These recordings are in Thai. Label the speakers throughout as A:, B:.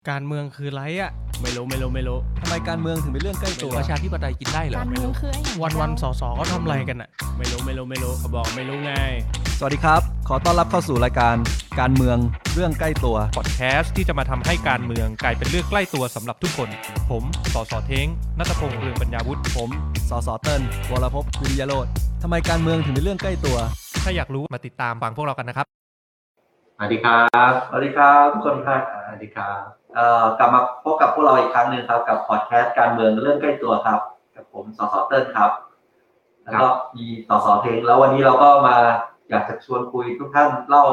A: การเมืองคือไรอะ
B: ไม่รู้ไม่รู้ไม่รู้
C: ทำไมการเมืองถึงเป็นเรื่องใกล้ตัว
B: ไม่รู้
C: ประชาธิปไตยกินได้เหรอ
D: การเมืองคือไอ้อย่าง
A: วันวันๆสอสอก็ทำอะไรกันอะ
B: ไม่รู้ไม่รู้ไม่รู้เขาบอกไม่รู้ไง
C: สวัสดีครับ ขอต้อนรับเข้าสู่รายการการเมืองเรื่องใกล้ตัว
E: พอดแคสต์ที่จะมาทำให้การเมืองกลายเป็นเรื่องใกล้ตัวสำหรับทุกคน ผมสอสอเท้งนัตพงษ์เรืองปัญญาวุฒิ
C: ผมสสเติ้ลวรภพกุลยโรธทำไมการเมืองถึงเป็นเรื่องใกล้ตัว
E: ถ้าอยากรู้มาติดตามฟังพวกเรากันนะครับ
F: สวัสดีครับ สวัสดีครับทุกคนครับ สวัสดีครับเอ่อกลับมาพบกับพวกเราอีกครั้งหนึ่งครับ กับพอดแคสต์การเมืองเรื่องใกล้ตัวครับ กับผมสสเติ้ลครับ แล้วก็มีสสเพลง แล้ววันนี้เราก็มาอยากจะชวนคุยทุกท่านเล่า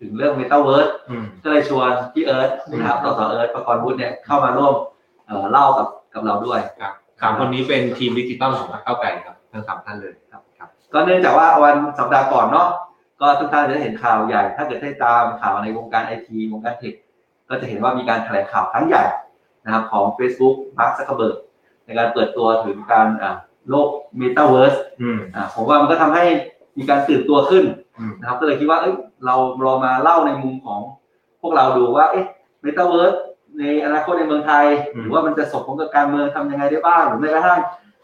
F: ถึงเรื่องเมตาเวิร์สก็เลยชวนพี่เอิร์ธนะครับสสเอิร์ธประกรณ์วุฒิเนี่ยเข้ามาร่วมเอ่อเล่ากับกับเราด้วย
G: ครับสามคนนี้เป็นทีมดิจิตอลของพรรคก้าวไกลครับทั้งสามท่านเลยครับครับ
F: ก็เนื่องจากว่าวันสัปดาห์ก่อนเนาะก็ทุกท่านจะได้เห็นข่าวใหญ่ ถ้าเกิดได้ตามข่าวในวงการไอทีวงการเทคก็จะเห็นว่ามีการแถลงข่าวครั้งใหญ่นะครับของ Facebook Mark Zuckerberg ในการเปิดตัวถึงการอ่าโลก Metaverse
G: อืม
F: อ่าผมว่ามันก็ทำให้มีการตื่นตัวขึ้น
G: อืม
F: นะครับ ก็เลยคิดว่าเอ้ยเราเรามาเล่าในมุมของพวกเราดูว่าเอ๊ะเมตาเวิร์สในอนาคตในเมืองไทย หรือว่ามันจะส่งผลกับการเมืองทำยังไงได้บ้างหรือแม้กระทั่ง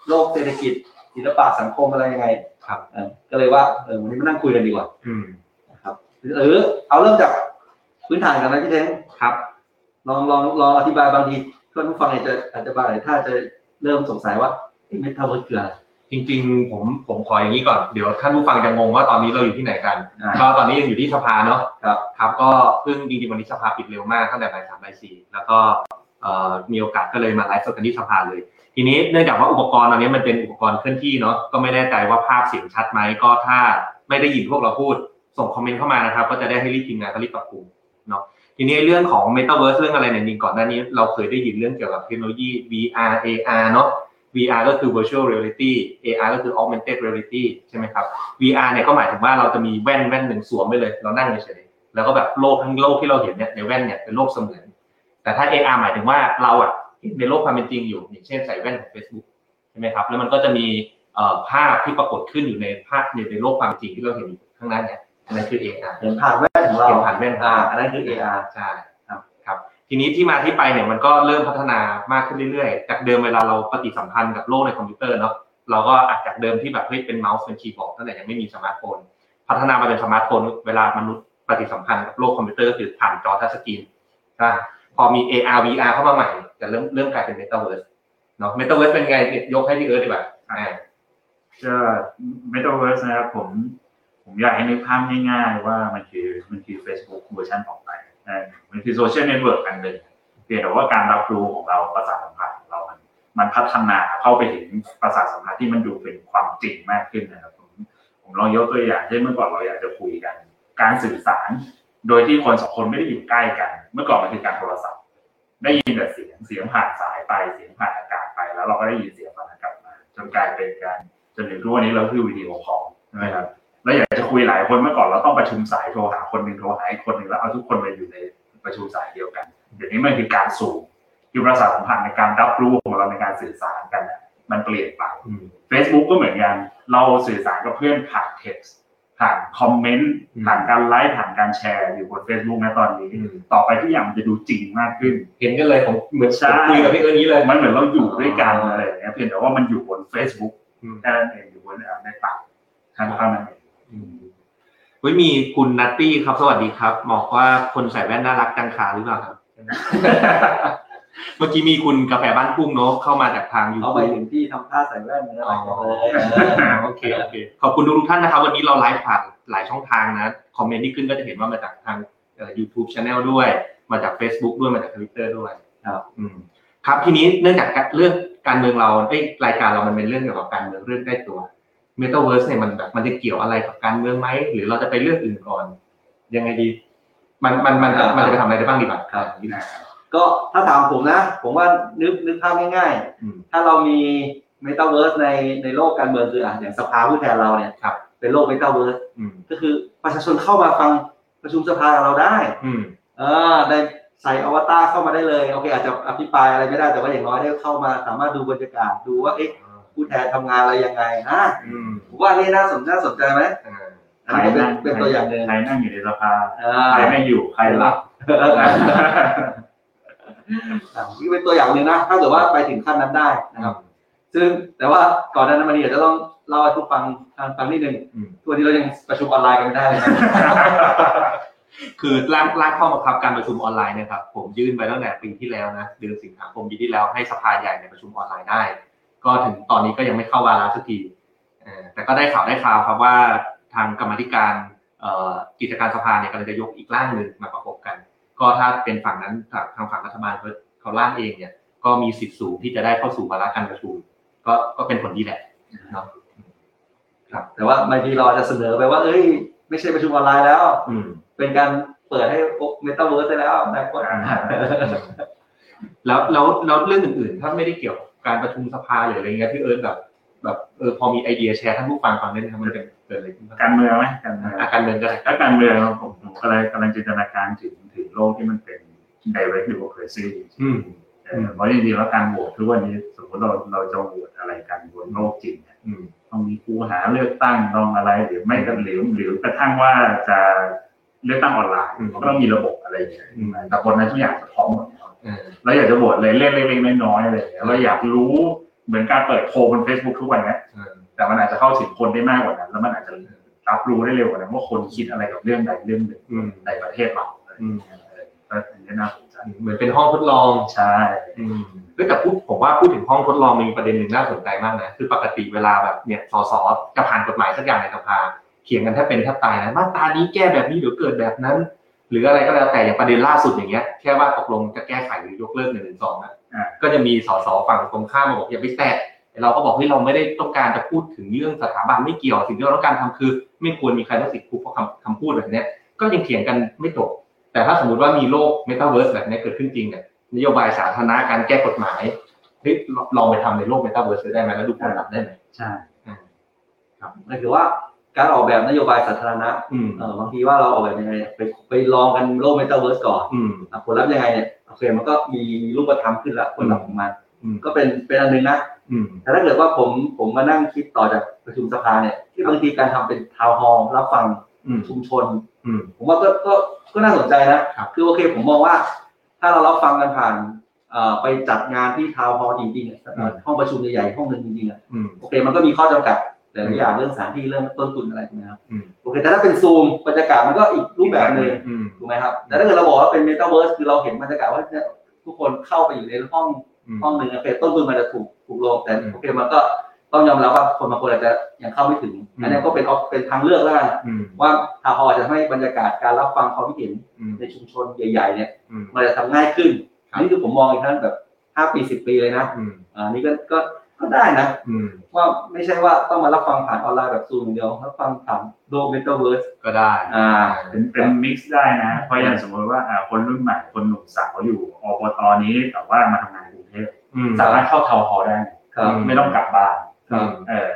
F: โลกเศรษฐกิจศิลปะสังคมอะไรยังไง
G: ครับ
F: เออก็เลยว่าเออวันนี้มานั่งคุยกันดีกว่า
G: อืม
F: นะครับเออเอาเริ่มจากพื้นฐานกันนะพี่เท้ง
G: ครับ
F: ลองลองลองอธิบายบางทีเพื่อนผู้ฟังอาจจะอาจจะบางท่านอาจจะเริ่มสงสัยว่าเมตาเวิร์สคืออะไร
G: จริงๆ ผมผมขออย่างนี้ก่อน เดี๋ยวท่านผู้ฟังจะงงว่าตอนนี้เราอยู่ที่ไหนกัน
F: อ่า
G: ก็ตอนนี้ยังอยู่ที่สภาเนาะ
F: ครับ
G: ครับก็เพิ่งจริงๆวันนี้สภาปิดเร็วมากตั้งแต่บ่ายสามบ่ายสี่แล้วก็เอ่อมีโอกาสก็เลยมาไลฟ์สดกันที่สภาเลย ทีนี้เนื่องจากว่าอุปกรณ์ตอนนี้มันเป็นอุปกรณ์เคลื่อนที่เนาะก็ไม่แน่ใจว่าภาพเสียงชัดไหมก็ถ้าไม่ได้ยินพวกเราพูด ส่งคอมเมนต์เข้ามานะครับ ก็จะได้ให้รีบทีมงานก็รีบปรับปรุงเนาะทีนี้เรื่องของ Metaverse เรื่องอะไรเนี่ยจริงๆก่อนหน้านี้ เราเคยได้ยินเรื่องเกี่ยวกับเทคโนโลยี VR AR เนาะ VR ก็คือ virtual reality AR ก็คือ augmented reality ใช่ไหมครับ VR เนี่ยก็หมายถึงว่าเราจะมีแว่นแว่นหนึ่งสวมไปเลย เรานั่งเฉยๆแล้วก็แบบโลกทั้งโลกที่เราเห็นเนี่ยในแว่นเนี่ยเป็นโลกเสมือน แต่ถ้า AR หมายถึงว่าเราอะเห็นในโลกความเป็นจริงอยู่ อย่างเช่นใส่แว่นของ Facebook ใช่ไหมครับ แล้วมันก็จะมีเอ่อภาพที่ปรากฏขึ้นอยู่ในภาพอยู่ในโลกความจริงที่เราเห็นอยู่ข้างหน้าเนี่ยอันนั่นคือ AR
F: เห็นผ่านแว่นของเรา
G: เห็นผ่านแว่น
F: อ่าอันนั้นคือ AR
G: ใช่
F: ครับ
G: ครับ ทีนี้ที่มาที่ไปเนี่ยมันก็เริ่มพัฒนามากขึ้นเรื่อยๆ จากเดิมเวลาเราปฏิสัมพันธ์กับโลกในคอมพิวเตอร์เนาะเราก็อาจจากเดิมที่แบบเฮ้ยเป็นเมาส์เป็นคีย์บอร์ดตั้งแต่ยังไม่มีสมาร์ทโฟน พัฒนามาเป็นสมาร์ทโฟนเวลามนุษย์ปฏิสัมพันธ์กับโลกคอมพิวเตอร์ก็คือผ่านจอทัชสกรีนใช่ปะพอมี AR VR เข้ามาใหม่จะเริ่มเริ่มกลายเป็นเมตาเวิร์สเนาะเมตาเวิร์สเป็นไงเนี่ยยกให้พี่เอิร์ธดีกว่าอ่า
H: ก็เมตาเวิร์สนะครับผมผมอยากให้นึกภาพง่ายๆ ว่ามันคือมันคือ Facebook เวอร์ชันออกไปนะมันคือโซเชียลเน็ตเวิร์กอันหนึ่งเพียงแต่ว่าการรับรู้ของเราประสาทสัมผัสของเรามันมันพัฒนาเข้าไปถึงประสาทสัมผัสที่มันดูเป็นความจริงมากขึ้นนะครับผมผมลองยกตัวอย่างเช่นเมื่อก่อนเราอยากจะคุยกัน การสื่อสาร โดยที่คนสองคนไม่ได้อยู่ใกล้กัน เมื่อก่อนมันคือการโทรศัพท์ ได้ยินแต่เสียงเสียงผ่านสายไปเสียงผ่านอากาศไป แล้วเราก็ได้ยินเสียงผ่านอากาศมาจนกลายเป็นการ จนถึงทุกวันนี้เราคือวิดีโอคอลใช่ไหมครับแล้วอยากจะคุยหลายคนเมื่อก่อนเราต้องประชุมสายโทรหาคนหนึ่งโทรหาอีกคนหนึ่งแล้วเอาทุกคนมาอยู่ในประชุมสายเดียวกันเดี๋ยวนี้มันคือการสูงคือประสาทสัมพันธ์ในการรับรู้ของเราในการสื่อสารกันน่ะมันเปลี่ยนไป
G: อืม
H: Facebook ก็เหมือนกันเราสื่อสารกับเพื่อนผ่านเท็กซ์ผ่านคอมเมนต์ผ่านการไลค์ผ่านการแชร์อยู่บน Facebook นะตอนนี้
G: อืม
H: ต่อไปทุกอย่างมันจะดูจริงมากขึ้น
G: เห็นกันเลยของเหมือนผมคุยกับพี่เอิร์ธนี้เลย
H: มันเหมือนเราอยู่ด้วยกันอะไรอย่างเงี้ยเพียงแต่ว่ามันอยู่บน Facebook
G: อืม
H: แค่นั้นเองอยู่บนในต่างทั้งเท่านั้นเอง
G: เฮ้ยมีคุณนัตตี้ครับสวัสดีครับบอกว่าคนใส่แว่นน่ารักจังคาหรือเปล่า ครับ เมื่อกี้มีคุณกาแฟบ้านกุ้งเนาะเข้ามาจากทางยู
F: เขา
G: ทู
F: ไป
G: บ
F: ถึงที่ทำท่าใส่แว่นเนื้ออะไรกันเลย
G: โอเคโอเคขอบคุณทุกๆท่านนะครับ วันนี้เราไลฟ์ผ่านหลายช่องทางนะ คอมเมนต์ที่ขึ้นก็จะเห็นว่ามาจากทางยูทูบช anel ด้วย มาจาก Facebook ด้วยมาจากทวิตเตอร์ด้วย
F: ครับ
G: อืมครับทีนี้เนื่องจากเรื่องการเมืองเราเอ้ยรายการเรามันเป็นเรื่องเกี่ยวกับการเมืองเรื่องใกล้ตัวเมตาเวิร์สเนี่ยมันแบบมันจะเกี่ยวอะไรกับการเมืองไหมหรือเราจะไปเรื่องอื่นก่อน ยังไงดี มันมันมันจะมันจะไปทำอะไรได้บ้างดีกว่าครับนี่นะ
F: ก็ถ้าถามผมนะ ผมว่านึกนึกภาพง่าย
G: อืม
F: ๆ ถ้าเรามีเมตาเวิร์สในในโลกการเมืองคืออ่ะอย่างสภาผู้แทนเราเนี่ย
G: ครับ
F: เป็นโลกเมตาเวิร์ส
G: อืม
F: ก็คือประชาชนเข้ามาฟังประชุมสภากับเราได้
G: อืม
F: เออได้ใส่อวตารเข้ามาได้เลยโอเคอาจจะอภิปรายอะไรไม่ได้แต่ว่าอย่างน้อยได้เข้ามาสามารถดูบรรยากาศดูว่าเอ๊ะผู้แทนทำงานอะไรยังไงนะ
G: อืม
F: ผมว่านี่น่าสนน่าสนใจไหม
G: อ่า
F: อันนี้เป็นเป็นตัวอย่างหนึ่ง
H: ใครนั่งอยู่ในสภา
F: อ่า
H: ใครไม่อยู่ใครหลับ
F: เออ อ่ะนี่เป็นตัวอย่างหนึ่งนะ ถ้าเกิดว่าไปถึงขั้นนั้นได้นะครับ ซึ่งแต่ว่าก่อนหน้านั้นมันอาจจะต้องเล่าให้ทุกฟังฟังนิดนึง
G: อืม
F: ตัวนนี้เรายังประชุมออนไลน์กันไม่ได้เลยนะ
G: คือร่างร่างข้อบังคับการประชุมออนไลน์เนะครับ ผมยื่นไปตั้งแต่ปีที่แล้วนะเดือนสิงหาคมปีที่แล้วให้สภาใหญ่ในยประชุมออนไลน์ได้ ก็ถึงตอนนี้ก็ยังไม่เข้าวาระสักทีเอ่อแต่ก็ได้ข่าวได้ข่าวครับว่าทางกรรมาธิการเอ่อกิจการสภาเนี่ยกำลังจะยกอีกร่างหนึ่งมาประกบกัน ก็ถ้าเป็นฝั่งนั้นทางทางฝั่งรัฐบาลเขาเขาร่างเองเนี่ยก็มีสิทธิ์สูงที่จะได้เข้าสู่วาระการประชุม ก็ก็เป็นผลดีแหละเนาะ
F: ครับแต่ว่าบางทีเราอาจจะเสนอไปว่า เอ้ย ไม่ใช่ประชุมออนไลน์แล้ว
G: อืม
F: เป็นการเปิดให้เมตาเวิร์สได้แล้วนะก็
H: อ่า
G: แล้วแล้วแล้วเรื่องอื่นๆ ถ้าไม่ได้เกี่ยวกับการประชุมสภาหรืออะไรเงี้ยพี่เอิร์ธแบบ แบบเออพอมีไอเดียแชร์ท่านผู้ฟังฟังได้ไหมครับมันเป็นเกิดอะไรขึ้นบ้าง
H: การเมืองไหมการเมือง
G: อาการเดินก็ได้
H: ถ้าการเมืองผมผมกำลังกำลังจินตนาการถึงถึงโลกที่มันเป็น direct democracy
G: อืม
H: เออเพราะจริงๆแล้วการโหวตทุกวันนี้สมมติเราเราจะโหวตอะไรกันบนโลกจริงเนี่ย
G: อืม
H: ต้องมีคูหาเลือกตั้งต้องอะไรหรือไม่กันหรือหรือกระทั่งว่าจะเลือกตั้งออนไลน์
G: อืม
H: มันก็ต้องมีระบบอะไรอย่างเงี้ยแต่คนนั้นทุกอย่างจะพร้อมหมดแล้ว
G: เออ
H: เราอยากจะโหวตเลยเล่นเล็กๆน้อยๆอะไรอย่างเงี้ยเราอยากรู้เหมือนการเปิดโพลบน Facebook ทุกวันเนี้ย
G: เออ
H: แต่มันอาจจะเข้าถึงคนได้มากกว่านั้นแล้วมันอาจจะรับรู้ได้เร็วกว่านั้นว่าคนคิดอะไรกับเรื่องใดเรื่องหนึ่ง
G: อืม
H: ในประเทศเราอะไรอย่างเงี้ยเออก็อันนี้น่าสนใจ
G: เหมือนเป็นห้องทดลอง
H: ใช่
G: อืมเฮ้ยแต่พูดผมว่าพูดถึงห้องทดลองมันมีประเด็นหนึ่งน่าสนใจมากนะ คือปกติเวลาแบบเนี่ยสสจะผ่านกฎหมายสักอย่างในสภาเถียงกันแทบเป็นแทบตายนะมาตรานี้แก้แบบนี้เดี๋ยวเกิดแบบนั้น หรืออะไรก็แล้วแต่อย่างประเด็นล่าสุดอย่างเงี้ยแค่ว่าตกลงจะแก้ไขหรือยกเลิกหนึ่งหนึ่งสองนะ
H: อ่า
G: ก็จะมีสสฝั่งตรงข้ามมาบอกอย่าไปแตะเราก็บอกที่เราไม่ได้ต้องการจะพูดถึงเรื่องสถาบันไม่เกี่ยวสิ่งที่เราต้องการทำคือ ไม่ควรมีใครต้องติดคุกเพราะคำคำพูดแบบเนี้ยก็ยังเถียงกันไม่จบแต่ถ้าสมมติว่ามีโลกเมตาเวิร์สแบบเนี้ยเกิดขึ้นจริงเนี่ย นโยบายสาธารณะการแก้กฎหมายเฮ้ยลลองไปทำในโลกเมตาเวิร์สได้ไหมแล้วดูผลลัพธ์ได้ไหม
H: ใช่
F: นั่นคือว่าการออกแบบนโยบายสาธารณะ
G: อืม
F: เออบางทีว่าเราออกแบบยังไงเนี่ยไปไปลองกันโลกเมตาเวิร์สก่อน
G: อืม
F: อ่ะผลลัพธ์ยังไงเนี่ยโอเคมันก็มีรูปธรรมขึ้นแล้วผลลัพธ์ของมัน
G: อืม
F: ก็เป็นเป็นอันหนึงนะ
G: อืม
F: แต่ถ้าเกิดว่าผมผมมานั่งคิดต่อจากประชุมสภาเนี่ยที่บางทีการทำเป็นทาวน์ฮอลล์รับฟัง
G: อืม
F: ชุมชน
G: อืม
F: ผมว่าก็ก็ก็น่าสนใจนะครับ อโอเคผมมองว่า ถ้าเรารับฟังกันผ่านเอ่อไปจัดงานที่ทาวน์ฮอลล์จริงๆอะห้องประชุมใหญ่ๆห้องหนึ่งจริงๆอะ
G: อืม
F: โอเคมันก็มีข้อจำกัดหลายๆอย่างเรื่องสถานที่เรื่องต้นทุนอะไรถูกไหมครับ
G: อืม
F: โอเคแต่ถ้าเป็นซูมบรรยากาศมันก็อีกรูปแบบหนึ่ง
G: อืม
F: ถูกไหมครับแต่ถ้าเกิดเราบอกว่าเป็นเมตาเวิร์สคือเราเห็นบรรยากาศว่าเนี่ยทุกคนเข้าไปอยู่ในห้อง
G: อืม
F: ห้องหนึ่งอะเฟสต้นทุนมันจะถูกถูกลงแต่
G: อืม
F: โอเคมันก็ต้องยอมรับว่าคนบางคนอาจจะยังเข้าไม่ถึง
G: อืม
F: อันนี้ก็เป็น op- เป็นทางเลือกแล้วกัน
G: อืม
F: ว่าทาวน์ฮอลล์จะให้บรรยากาศการรับฟังความคิดเห็น
G: อืม
F: ในชุมชนใหญ่ๆเนี่ย
G: อืม
F: มันจะทำง่ายขึ้น
G: ครับ
F: อันนี้คือผมมองอีกท่านแบบ5ปี10 ปีเลยนะ
G: อืม
F: อ่านี่ก็ก็ก็ได้นะ
G: อืม
F: ว่าไม่ใช่ว่าต้องมารับฟังผ่านออนไลน์แบบซูมอย่างเดียวรับฟังผ่านโดเมตาเวิร์ส
G: ก็ได้
F: อ่า
H: เป็นเป็นมิกซ์ได้นะ เพราะอย่างสมมติว่าอ่าคนรุ่นใหม่คนหนุ่มสาวอยู่อบตนี้แต่ว่ามาทำงานกรุงเทพ
G: อืม
H: สามารถเข้าเทาน์ฮอลล์ได้นะครับ ไม่ต้องกลับบ้าน
G: ครับ
H: เออ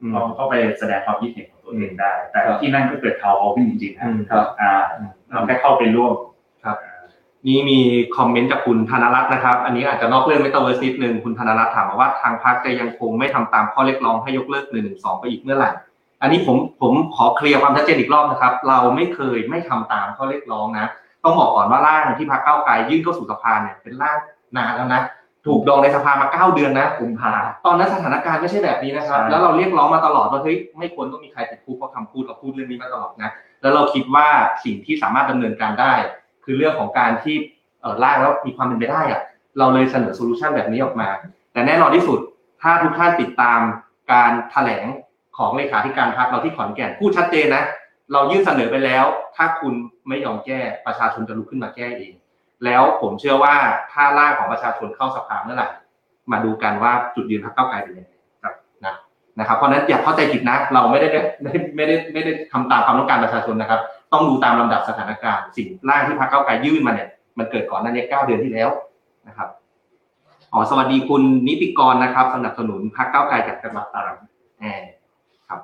G: อืม
H: เขาเข้าไปแสดงความคิดเห็นของตัวเองได้ แต่
F: ครับ
H: ที่นั่นก็เกิดเทาน์ฮอลล์ขึ้นจริงๆนะ
G: อืม
H: ครับอ่าเราแค่เข้าไปร่วม
G: นี่มีคอมเมนต์จากคุณธนรัตน์นะครับ อันนี้อาจจะนอกเรื่องเมตาเวิร์สนิดนึง คุณธนรัตน์ถามมาว่าทางพรรคจะยังคงไม่ทำตามข้อเรียกร้องให้ยกเลิกหนึ่งหนึ่งสองไปอีกเมื่อไหร่ อันนี้ผมผมขอเคลียร์ความชัดเจนอีกรอบนะครับ เราไม่เคยไม่ทำตามข้อเรียกร้องนะ ต้องบอกก่อนว่าร่างที่พรรคก้าวไกลยื่นเข้าสู่สภาเนี่ยเป็นร่างนานแล้วนะ ถูกดองในสภามาเก้าเดือนนะกุมภาตอนนั้นสถานการณ์ไม่ใช่แบบนี้นะครับ
H: ใช่
G: แล้วเราเรียกร้องมาตลอดว่าเฮ้ยไม่ควรต้องมีใครติดคุกเพราะคำพูดเราพูดเรื่องนี้มาตลอดนะ แล้วเราคิดว่าสิ่งที่สามารถดำเนินการได้ คือเรื่องของการที่เอ่อร่างแล้วมีความเป็นไปได้อะเราเลยเสนอโซลูชันแบบนี้ออกมา แต่แน่นอนที่สุด ถ้าทุกท่านติดตามการแถลงของเลขาธิการพรรคเราที่ขอนแก่นพูดชัดเจนนะ เรายื่นเสนอไปแล้ว ถ้าคุณไม่ยอมแก้ประชาชนจะลุกขึ้นมาแก้เอง แล้วผมเชื่อว่าถ้าร่างของประชาชนเข้าสภาเมื่อไหร่มาดูกันว่าจุดยืนพรรคก้าวไกลเป็นยังไงครับนะนะครับเพราะฉะนั้นอย่าเข้าใจผิดนะ เราไม่ได้ไม่ได้ไม่ได้ไม่ได้ทำตามความต้องการประชาชนนะครับ ต้องดูตามลำดับสถานการณ์ สิ่งร่างที่พรรคก้าวไกลยื่นมาเนี่ยมันเกิดก่อนหน้านี้เก้าเดือนที่แล้วนะครับอ๋อสวัสดีคุณนิติกรนะครับสนับสนุนพรรคก้าวไกลจากจังหวัดตรังแน่ครับ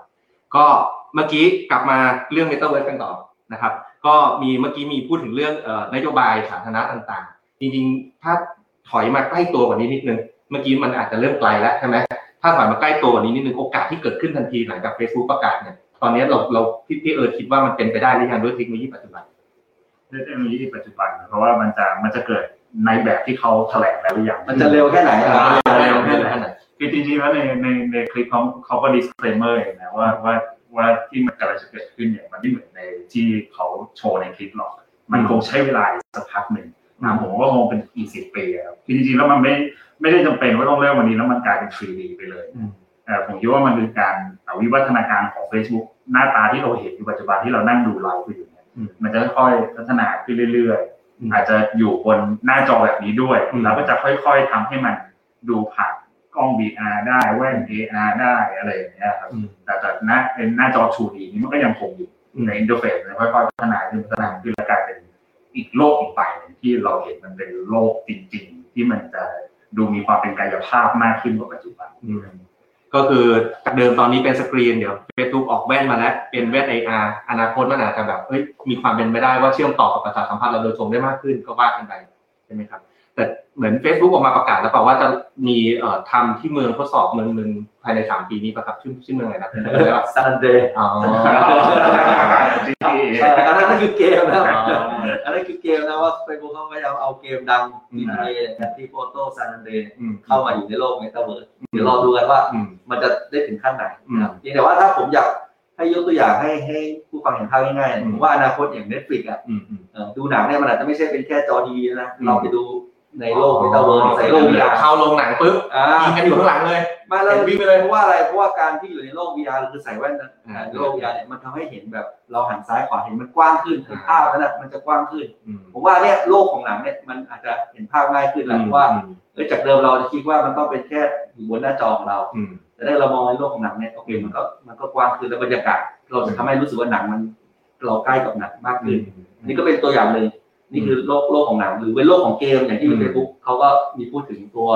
G: ก็เมื่อกี้กลับมาเรื่องเมตาเวิร์สกันต่อนะครับ ก็มีเมื่อกี้มีพูดถึงเรื่องเอ่อนโยบายสาธารณะต่างๆ จริงๆ ถ้าถอยมาใกล้ตัวกว่านี้นิดนึง เมื่อกี้มันอาจจะเริ่มไกลแล้วใช่ไหมถ้าถอยมาใกล้ตัวกว่านี้นิดนึงโอกาสที่เกิดขึ้นทันทีหลังจาก Facebook ประกาศเนี่ยตอนนี้เราเราพี่พี่เอิร์ธคิดว่ามันเป็นไปได้หรือยังด้วยเทคโนโลยีปัจจุบัน
H: ด้วยเทคโนโลยีปัจจุบัน เพราะว่ามันจะมันจะเกิด ในแบบที่เขาแถลงแล้วหรือยัง
F: มันจะเร็วแค่ไหนอ่ะ
G: อ่า
F: เร็ว
G: แค่
F: แค่
G: ไห
F: ไหน
G: น
H: คือจริงๆแล้วในในในคลิปเขาเขาก็ disclaimer เองนะว่าว่าว่าที่มันกำลังจะเกิดขึ้นเนี่ยมันไม่เหมือนในที่เขาโชว์ในคลิปหรอก มันคงใช้เวลาอีกสักพักหนึ่งนะผมว่าคงเป็นอีกสิบปีอะครับคือจริงๆแล้วมันไม่ไม่ได้จำเป็นว่าต้องเริ่มวันนี้แล้วมันกลายเป็นฟรีดีไปเลย
G: อืม
H: เอ่อผมคิดว่ามันคือการวิวัฒนาการของ Facebook หน้าตาที่เราเห็นอยู่ปัจจุบันที่เรานั่งดูไลฟ์อยู่เนี่ยมันจะค่อยๆพัฒนาขึ้นเรื่อยๆ อาจจะอยู่บนหน้าจอแบบนี้ด้วย
G: อืม
H: แล้วก็จะค่อยๆทำให้มันดูผ่านกล้อง VR ได้แว่น AR ได้อะไรอย่างเงี้ยครับ
G: อืม
H: แต่แต่หน้าเป็นหน้าจอ 2D นี่มันก็ยังคงอยู่
G: อืม
H: ในอินเทอร์เฟซมันค่อยๆพัฒนาขึ้นพัฒนาขึ้นแล้วกลายเป็นอีกโลกอีกไปหนึ่งที่เราเห็นมันเป็นโลกจริงๆ ที่มันจะดูมีความเป็นกายภาพมากขึ้นกว่าปัจจุบัน
G: ก็คือจากเดิมตอนนี้เป็นสกรีนเดี๋ยว Facebook ออกแว่นมาแล้วเป็นแว่น AR อนาคตมันอาจจะแบบเอ้ยมีความเป็นไปได้ว่าเชื่อมต่อกับประสาทสัมผัสเราโดยตรงได้มากขึ้นก็ว่ากันไปใช่ไหมครับ แต่เหมือน Facebook ออกมาประกาศแล้วเปล่าว่าจะมีเอ่อทำที่เมืองทดสอบเมืองหนึ่งภายในสามปีนี้ประครับชื่อชื่อเมืองอะไรนะจำไม่ได้ละ
F: Sunday
G: อ๋อ
F: ใช่อันนั้นคือเกม นะ
G: อ๋อ
F: อันนั้นคือเกมนะว่าเฟซบุ๊กเขาพยายามเอาเกมดัง
G: อื
F: ดี
G: ม
F: เอแอนตี้โฟโต้ซันเดย์
G: อืม
F: เข้ามาอยู่ในโลกเมตาเวิร์สเดี๋ยวรอดูกันว่า
G: อืม
F: มันจะได้ถึงขั้นไหนนะครับเพียงแต่ว่าถ้าผมอยากให้ยกตัวอย่างให้ให้ผู้ฟังเห็นภาพง่ายๆ
G: อื
F: ผม มว่าอนาคตอย่าง Netflix อ่ะ
G: อืมอืม
F: เอ่อดูหนังเนี่ยมันอาจจะไม่ใช่เป็นแค่จอดีนะ
G: อืม
F: เราไปดูในโลกเมตาเวิร์สในโลก VR
G: เข้าโรงหนังปุ๊บ
F: อ่า
G: ยิงกันอยู่ข้างหลังเลย
F: มาแล้ว
G: เห็นวิ่งไปเลย
F: เพราะว่าอะไรเพราะว่าการที่อยู่ในโลก VR หรือใส่แว่นนะ อ่าโลกยาเนี่ยมันทำให้เห็นแบบเราหันซ้ายขวาเห็นมันกว้างขึ้นเห็นภาพนั้นน่ะมันจะกว้างขึ้น
G: อืม
F: ผมว่าเนี่ยโลกของหนังเนี่ยมันอาจจะเห็นภาพง่ายขึ้นแหละเพราะว่า
G: อืม
F: เอ้ยจากเดิมเราคิดว่ามันต้องเป็นแค่อยู่บนหน้าจอของเรา
G: อืม
F: แต่ได้เรามองในโลกของหนังเนี่ยโอเคมันก็มันก็กว้างขึ้นแล้วบรรยากาศ เราจะทำให้รู้สึกว่าหนังมันเราใกล้กับหนังมากขึ้นอันนี่ก็เป็นตัวอย่างหนึ่งนี่คือโลกโลกของหนัง หรือเป็นโลกของเกมอย่างที่
G: อืม
F: เฟซบุ๊กเขาก็มีพูดถึงตัว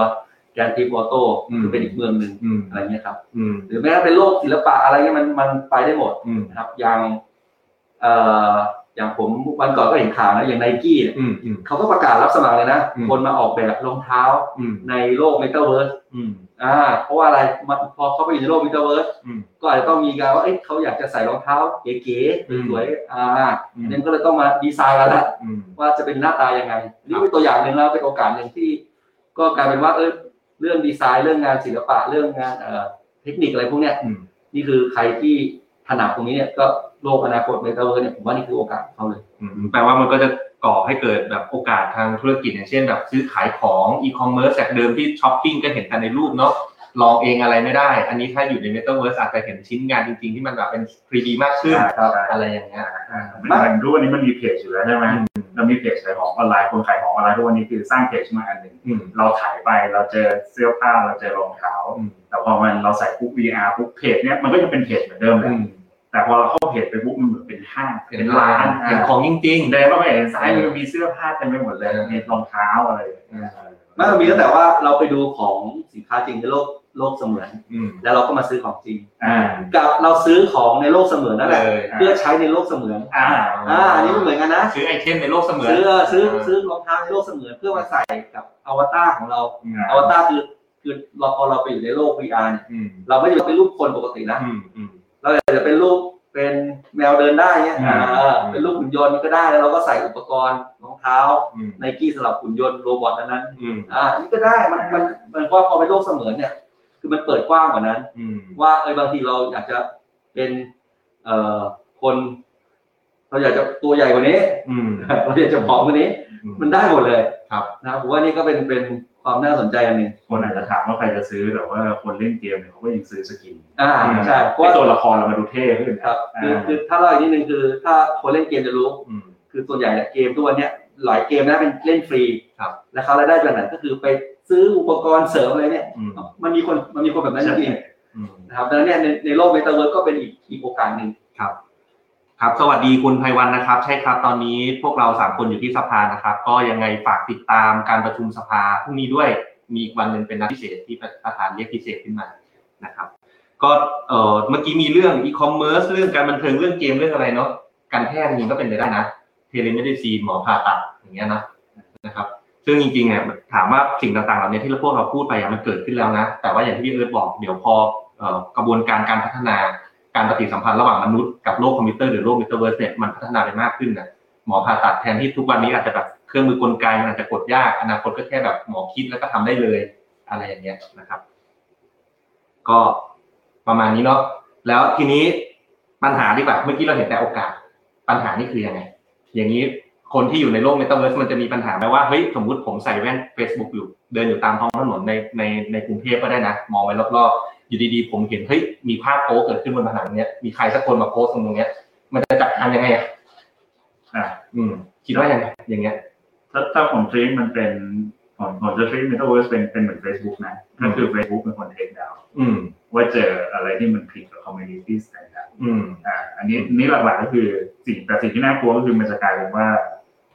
F: แกนทีโฟโต้
G: อืม
F: คือเป็นอีกเมืองหนึ่ง
G: อืม
F: อะไรเงี้ยครับ
G: อืม
F: หรือแม้แต่เป็นโลกศิลปะอะไรเงี้ยมันมันไปได้หมด
G: อืม
F: นะครับอย่างเอ่ออย่างผมวันก่อนก็เห็นข่าวนะอย่างไนกี้เนี่ย
G: อืมอืม
F: เขาก็ประกาศรับสมัครเลยนะ
G: อืม
F: คนมาออกแบบรองเท้า
G: อืม
F: ในโลกเมตาเวิร์ส
G: อืม
F: อ่าเพราะว่าอะไรมันพอเขาไปอยู่ในโลกเมตาเวิร์ส
G: อืม
F: ก็อาจจะต้องมีการว่าเอ๊ะเขาอยากจะใส่รองเท้าเก๋
G: อืม
F: ๆสวยๆอ่า
G: อืม
F: เนี่ยก็เลยต้องมาดีไซน์กันละ
G: อืม
F: ว่าจะเป็นหน้าตายังไงอันนี่เป็นตัวอย่างหนึ่งแล้วเป็นโอกาสหนึ่งที่ ก็กลายเป็นว่าเออเรื่องดีไซน์เรื่องงานศิลปะเรื่องงานเอ่อเทคนิคอะไรพวกเนี้ย
G: อืม
F: นี่คือใครที่ถนัดตรงนี้เนี่ยก็โลกอนาคตเมตาเวิร์สเนี่ยผมว่านี่คือโอกาสของเขาเลย
G: อืมแปลว่ามันก็จะก่อให้เกิดแบบโอกาสทางธุรกิจอย่างเช่นแบบซื้อขายของอีคอมเมิร์ซจากเดิมที่ช้อปปิ้งก็เห็นกันในรูปเนาะลองเองอะไรไม่ได้ อันนี้ถ้าอยู่ในเมตาเวิร์สอาจจะเห็นชิ้นงานจริงๆ ที่มันแบบเป็น 3D มากขึ้น
F: ครับ
G: อะไรอย่างเงี้ยอ่า
H: ไม่เหมือนทุกวันนี้มันมีเพจอยู่แล้วใช่ไหมเรามีเพจขายของออนไลน์คนขายของออนไลน์ทุกวันนี้คือสร้างเพจขึ้นมาอันหนึ่ง
G: อืม
H: เราขายไปเราเจอเสื้อผ้าเราเจอรองเท้า
G: อืม
H: แต่พอมันเราใส่ปุ๊บ VR ปุ๊บเพจเนี้ยมันก็จะเป็นเพจเหมือนเดิมแห
G: อื
H: ละ
G: ม
H: แต่พอเราเข้าเพจไปปุ๊บมันเหมือนเป็นห้าง
G: เห็นร้านเห็นของจริง
H: เดินเข้าไปเห็นซ้ายมือมีเสื้อผ้าเต็มไปหมดเลย
G: อืม
H: มีรองเท้าอะไรอย่างเงี้ย
F: ไมันมีตั้งแต่ว่าเราไปดูของสินค้าจริงในโลกโลกเสมือน
G: ๆอืม
F: แล้วเราก็มาซื้อของจริง
H: อ่า
F: กับเราซื้อของในโลกเสมือนนั่นแหละ
G: เลย
F: เพื่อใช้ในโลกเสมือน
H: อ่า
F: อ่าอันนี้ไม่เหมือนกันนะ
G: ซื้อไอเทมในโลกเสมือน
F: ซื้อซื้อซื้อรองเท้าในโลกเสมือนเพื่อมาใส่กับอวตารของเราอวตารคือคือเราพอเราไปอยู่ในโลก VR เนี่ย
G: อืม
F: เราไม่ได้เป็นรูปคนปกตินะ
G: อืมอืม
F: แต่จะเป็นรูปเป็นแมวเดินได้เนี่ย
G: อ่า
F: เออเป็นรูปหุ่นยนต์ก็ได้แล้วเราก็ใส่อุปกรณ์รองเท้า
G: อืม
F: ไนกี้สำหรับหุ่นยนต์โรบอทอันนั้น
G: อืม
F: อ่าอันนี่ก็ได้ มัน มัน มันว่าพอเป็นโลกเสมือนเนี่ย คือมันเปิดกว้างกว่านั้น
G: อืม
F: ว่า เออบางทีเราอยากจะเป็น เอ่อ คน เราอยากจะตัวใหญ่กว่านี้
G: อืม
F: เราอยากจะผอมกว่านี้ มันได้หมดเลย
G: ครับ
F: นะครับผมว่านี่ก็เป็น เป็นความน่าสนใจอันหนึ่ง
H: คนอาจจะถามว่าใครจะซื้อแต่ว่าคนเล่นเกมเนี่ยเขาก็ยังซื้อสกิน
F: อ่า ใช่เพราะ
H: ให้
F: ว่า
H: ตัวละครเรามาดูเท่ขึ้น
F: ครับ คือ
H: อ่า
F: คือ ถ้าเล่าอีกนิดนึงคือ ถ้าคนเล่นเกมจะรู้
G: อืม
F: คือส่วนใหญ่เนี่ยเกมทุกวันเนี้ยหลายเกมนะเป็นเล่นฟรี
G: ครับ
F: นะครับรายได้จากไหนก็คือไปซื้ออุปกรณ์เสริมอะไรเนี่ย
G: อืม
F: มันมีคนมันมีคนแบบนั้นจริงๆ
G: อืม
F: นะครับดังนั้นเนี่ยในในโลกเมตาเวิร์ก็เป็นอีกอีกโอกาสหนึ่ง
G: ครับ สวัสดีคุณไพวันนะครับ ใช่ครับ ตอนนี้พวกเราสามคนอยู่ที่สภานะครับ ก็ยังไงฝากติดตามการประชุมสภาพรุ่งนี้ด้วย มีอีกวันหนึ่งเป็นนัดพิเศษที่ประธานเรียกพิเศษขึ้นมา นะครับ ก็เอ่อเมื่อกี้มีเรื่องอีคอมเมิร์ซเรื่องการบันเทิงเรื่องเกมเรื่องอะไรเนาะ การแพทย์นี่ก็เป็นไปได้นะ เทเลมดิซีนหมอผ่าตัดอย่างเงี้ยนะ นะครับ ซึ่งจริงๆเนี่ยถามว่าสิ่งต่างๆเหล่านี้ที่เราพวกเราพูดไปอะมันเกิดขึ้นแล้วนะ แต่ว่าอย่างที่พี่เอิร์ธบอกเดี๋ยวพอเอ่อกระบวนการการพัฒนา การปฏิสัมพันธ์ระหว่างมนุษย์กับโลกคอมพิวเตอร์หรือโลกมิเตอร์เวิร์สเนี่ยมันพัฒนาไปมากขึ้นนะหมอผ่าตัดแทนที่ทุกวันนี้อาจจะแบบ เครื่องมือกลไกมันอาจจะกดยากอนาคตก็แค่แบบหมอคิดแล้วก็ทำได้เลยอะไรอย่างเงี้ยนะครับ ก็ประมาณนี้เนาะแล้วทีนี้ปัญหาดีกว่าเมื่อกี้เราเห็นแต่โอกาส ปัญหานี่คือยังไง อย่างนี้คนที่อยู่ในโลกเมตาเวิร์สมันจะมีปัญหาไหมว่าเฮ้ยสมมติผมใส่แว่น Facebook อยู่ เดินอยู่ตามท้องถนนในในในกรุงเทพก็ได้นะ มองไว้รอบๆ อยู่ดีๆ ผมเห็นเฮ้ยมีภาพโป๊เกิดขึ้นบนผนังเนี้ยมีใครสักคนมาโพสต์ตรงเนี้ย มันจะจัดการยังไงอ่ะ
H: อ่ะ
G: อืม คิดว่ายังไงอย่างเงี้ย
H: ถ้าถ้าผมทรีตมันเป็นผมผมจะทรีตเมตาเวิร์สเป็นเป็นเหมือน Facebook นะก็คือ Facebook เป็นคนเทคดาว
G: อืม
H: ว่าเจออะไรที่มันผิดกับคอมมูนิตี้สแตนดาร์ด
G: อืม
H: อ่าอันนี้อันนี้หลักๆก็คือสิ่งแต่สิ่งที่น่ากลัวก็คือมันจะกลายเป็นว่า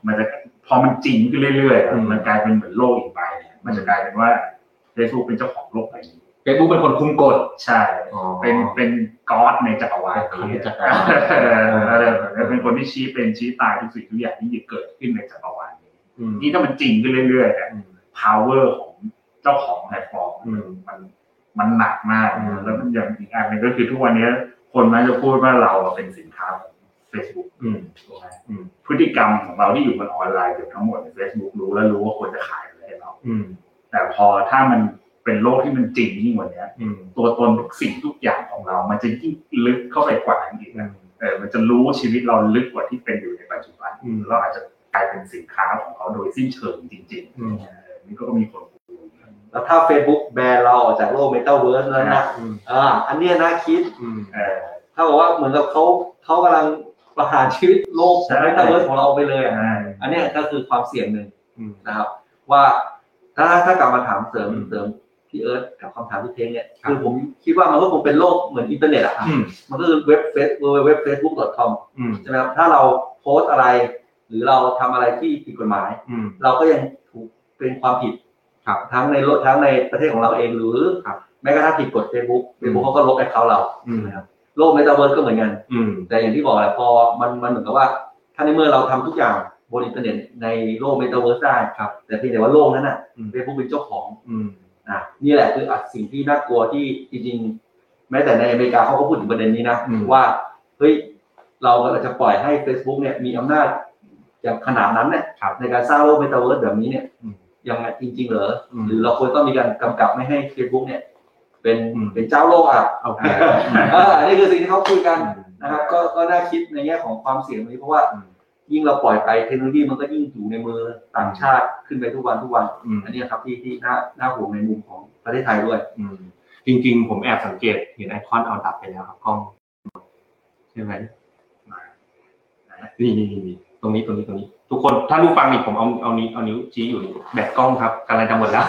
H: มันจะพอมันจริงขึ้นเรื่อยๆ
G: อื
H: อ่ะ
G: ม
H: มันกลายเป็นเหมือนโลกอีกใบเนี่ยมันจะกลายเป็นว่า Facebook เป็นเจ้าของโลกใบนี้
G: Facebook เป็นคนคุมกฎ
H: ใช่ เป็นเป็นก๊อดในจักรวาล
G: เป็นคนที่จัด
H: เอ
G: การ
H: ออะไรแบบนี้เป็นคนที่ชี้เป็นชี้ตายทุกสิ่งทุกอย่างที่เกิดขึ้นในจักรวาลนี้
G: อืม
H: นี่ถ้ามันจริงขึ้นเรื่อยๆเนี่ย power ของเจ้าของแพลตฟอร์ม
G: อืม
H: มันมันหนักมาก
G: อืม
H: แล้วมันอย่างอีกอันหนึงก็คือทุกวันนี้คนมักจะพูดว่าเราเป็นสินค้าของ Facebook
G: อืม
H: ถูกไหม
G: อืม
H: พฤติกรรมของเราที่อยู่บนออนไลน์เกือบทั้งหมดใน Facebook รู้และรู้ว่าควรจะขายอะไรให้เรา
G: อืม
H: แต่พอถ้ามันเป็นโลกที่มันจริงยิ่งกว่านี้
G: อืม
H: ตัวตนทุกสิ่งทุกอย่างของเรา มันจะยิ่งลึกเข้าไปกว่านั้นอีกนะเออมันจะรู้ชีวิตเราลึกกว่าที่เป็นอยู่ในปัจจุบัน
G: อืม
H: เราอาจจะกลายเป็นสินค้าของเขาโดยสิ้นเชิงจริงๆ
G: อืม
H: เออนี่ก็มีคนคุย
F: แล้วถ้า Facebook แบนเราออกจากโลกเมตาเวิร์สแล้วนะ
G: อืม
F: อ่าอันเนี้ยน่าคิด
G: อืม
H: เออ
F: ถ้าบอกว่าเหมือนกับเขาเขากำลังประหารชีวิตโลก
H: ใช่
F: เมตาเวิร์สของเราไปเลยอะ
H: ใช่
F: อันเนี้ยก็คือความเสี่ยงหนึ่ง
G: อืม
F: นะครับ ว่าถ้าถ้ากลับมาถามเสริม
G: อืม
F: เสริมพี่เอิร์ธกับคำถามพี่เท้งเนี่ย
G: ครับ
F: คือผมคิดว่ามันก็คงเป็นโลกเหมือนอินเทอร์เน็ตอะ
G: อืม
F: มันก็คือเว็บเฟซเว็บเฟซบุ๊ก .com
G: อืม
F: ใช่ไหมครับถ้าเราโพสต์อะไร หรือเราทำอะไรที่ผิดกฎหมาย
G: อืม
F: เราก็ยังถูกเป็นความผิด
G: ครับ
F: ทั้งในรถทั้งในประเทศของเราเองหรือ
G: ครับ
F: แม้กระทั่งผิดกฎ Facebook
G: อืม
F: Facebook เขาก็ลบแอคเคาท์เรา
G: อืม
F: นะครับโลกเมตาเวิร์สก็เหมือนกัน
G: อืม
F: แต่อย่างที่บอกแหละพอมันมันเหมือนกับว่า ถ้าในเมื่อเราทำทุกอย่างบนอินเทอร์เน็ตในโลกเมตาเวิร์สได้
G: ครับ
F: แต่เพียงแต่ว่าโลกนั้นน่ะ
G: อืม
F: เฟซบุ๊กเป็นเจ้าของ
G: อืม
F: อ่ะนี่แหละคืออ่ะสิ่งที่น่ากลัวที่จริงๆแม้แต่ในอเมริกาเขาก็พูดถึงประเด็นนี้นะ
G: อืม
F: ว่าเฮ้ยเรากำลังจะปล่อยให้ Facebook เนี่ยมีอำนาจอย่างขนาดนั้นเนี่ย
G: ครับ
F: ในการสร้างโลกเมตาเวิร์สแบบนี้เนี่ย
G: อืม
F: ยังไงจริง ๆ เหรออ
G: ม
F: หรือเราควรต้องมีการกำกับไม่ให้ Facebook เนี่ย เป็น
G: อืม
F: เป็นเจ้าโลกอ่ะ
G: โอเค
F: เอออันนี้คือสิ่งที่เขาคุยกัน
G: อืม
F: นะครับ ก็ก็น่าคิดในแง่ของความเสี่ยงตรงนี้เพราะว่า
G: อืม
F: ยิ่งเราปล่อยไปเทคโนโลยีมันก็ยิ่งอยู่ในมือต่างชาติขึ้นไปทุกวันทุกวัน
G: อืม
F: อันนี้ครับที่ที่น่าน่าห่วงในมุมของประเทศไทยด้วย
G: อืมจริงๆ ผมแอบสังเกตเห็นไอคอนเอาดับไปแล้วครับกล้องใช่ไหมนี่นี่นี่ตรงนี้ตรงนี้ตรงนี้ ทุกคนถ้าลูกฟังนี่ผมเอาเอานิ้วเอานิ้วชี้อยู่นี่แบตกล้องครับกำลังจะหมดแล้ว